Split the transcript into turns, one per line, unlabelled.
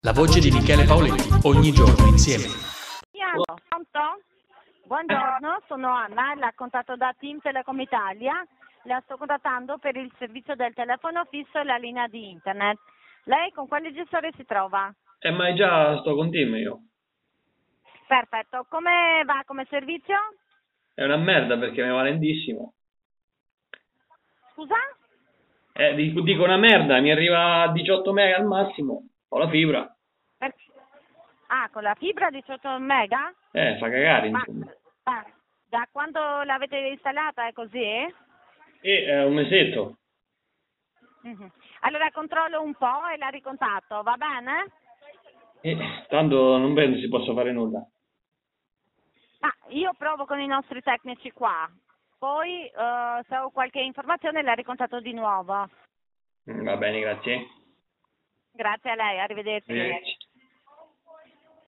La voce di Michele Paoletti, ogni giorno insieme.
Siamo, pronto? Buongiorno, sono Anna, la contatto da Team Telecom Italia. La sto contattando per il servizio del telefono fisso e la linea di internet. Lei con quale gestore si trova?
Eh, ma è già sto con Tim io.
Perfetto, come va come servizio?
È una merda perché mi va lentissimo.
Scusa?
Eh, dico, dico una merda, mi arriva a 18 mega al massimo. Ho la fibra.
Per- Ah, con la fibra 18 mega?
Eh, fa cagare,
Ma,
insomma.
ma da quando l'avete installata è così?
E eh, un mesetto.
Mhm. Allora controllo un po' e la ricontatto, va bene?
E tanto non penso si possa fare nulla.
Ma io provo con i nostri tecnici qua, poi eh, se ho qualche informazione la ricontatto di nuovo.
Mm, Va bene, grazie.
Grazie a lei, arrivederci.
Arrivederci.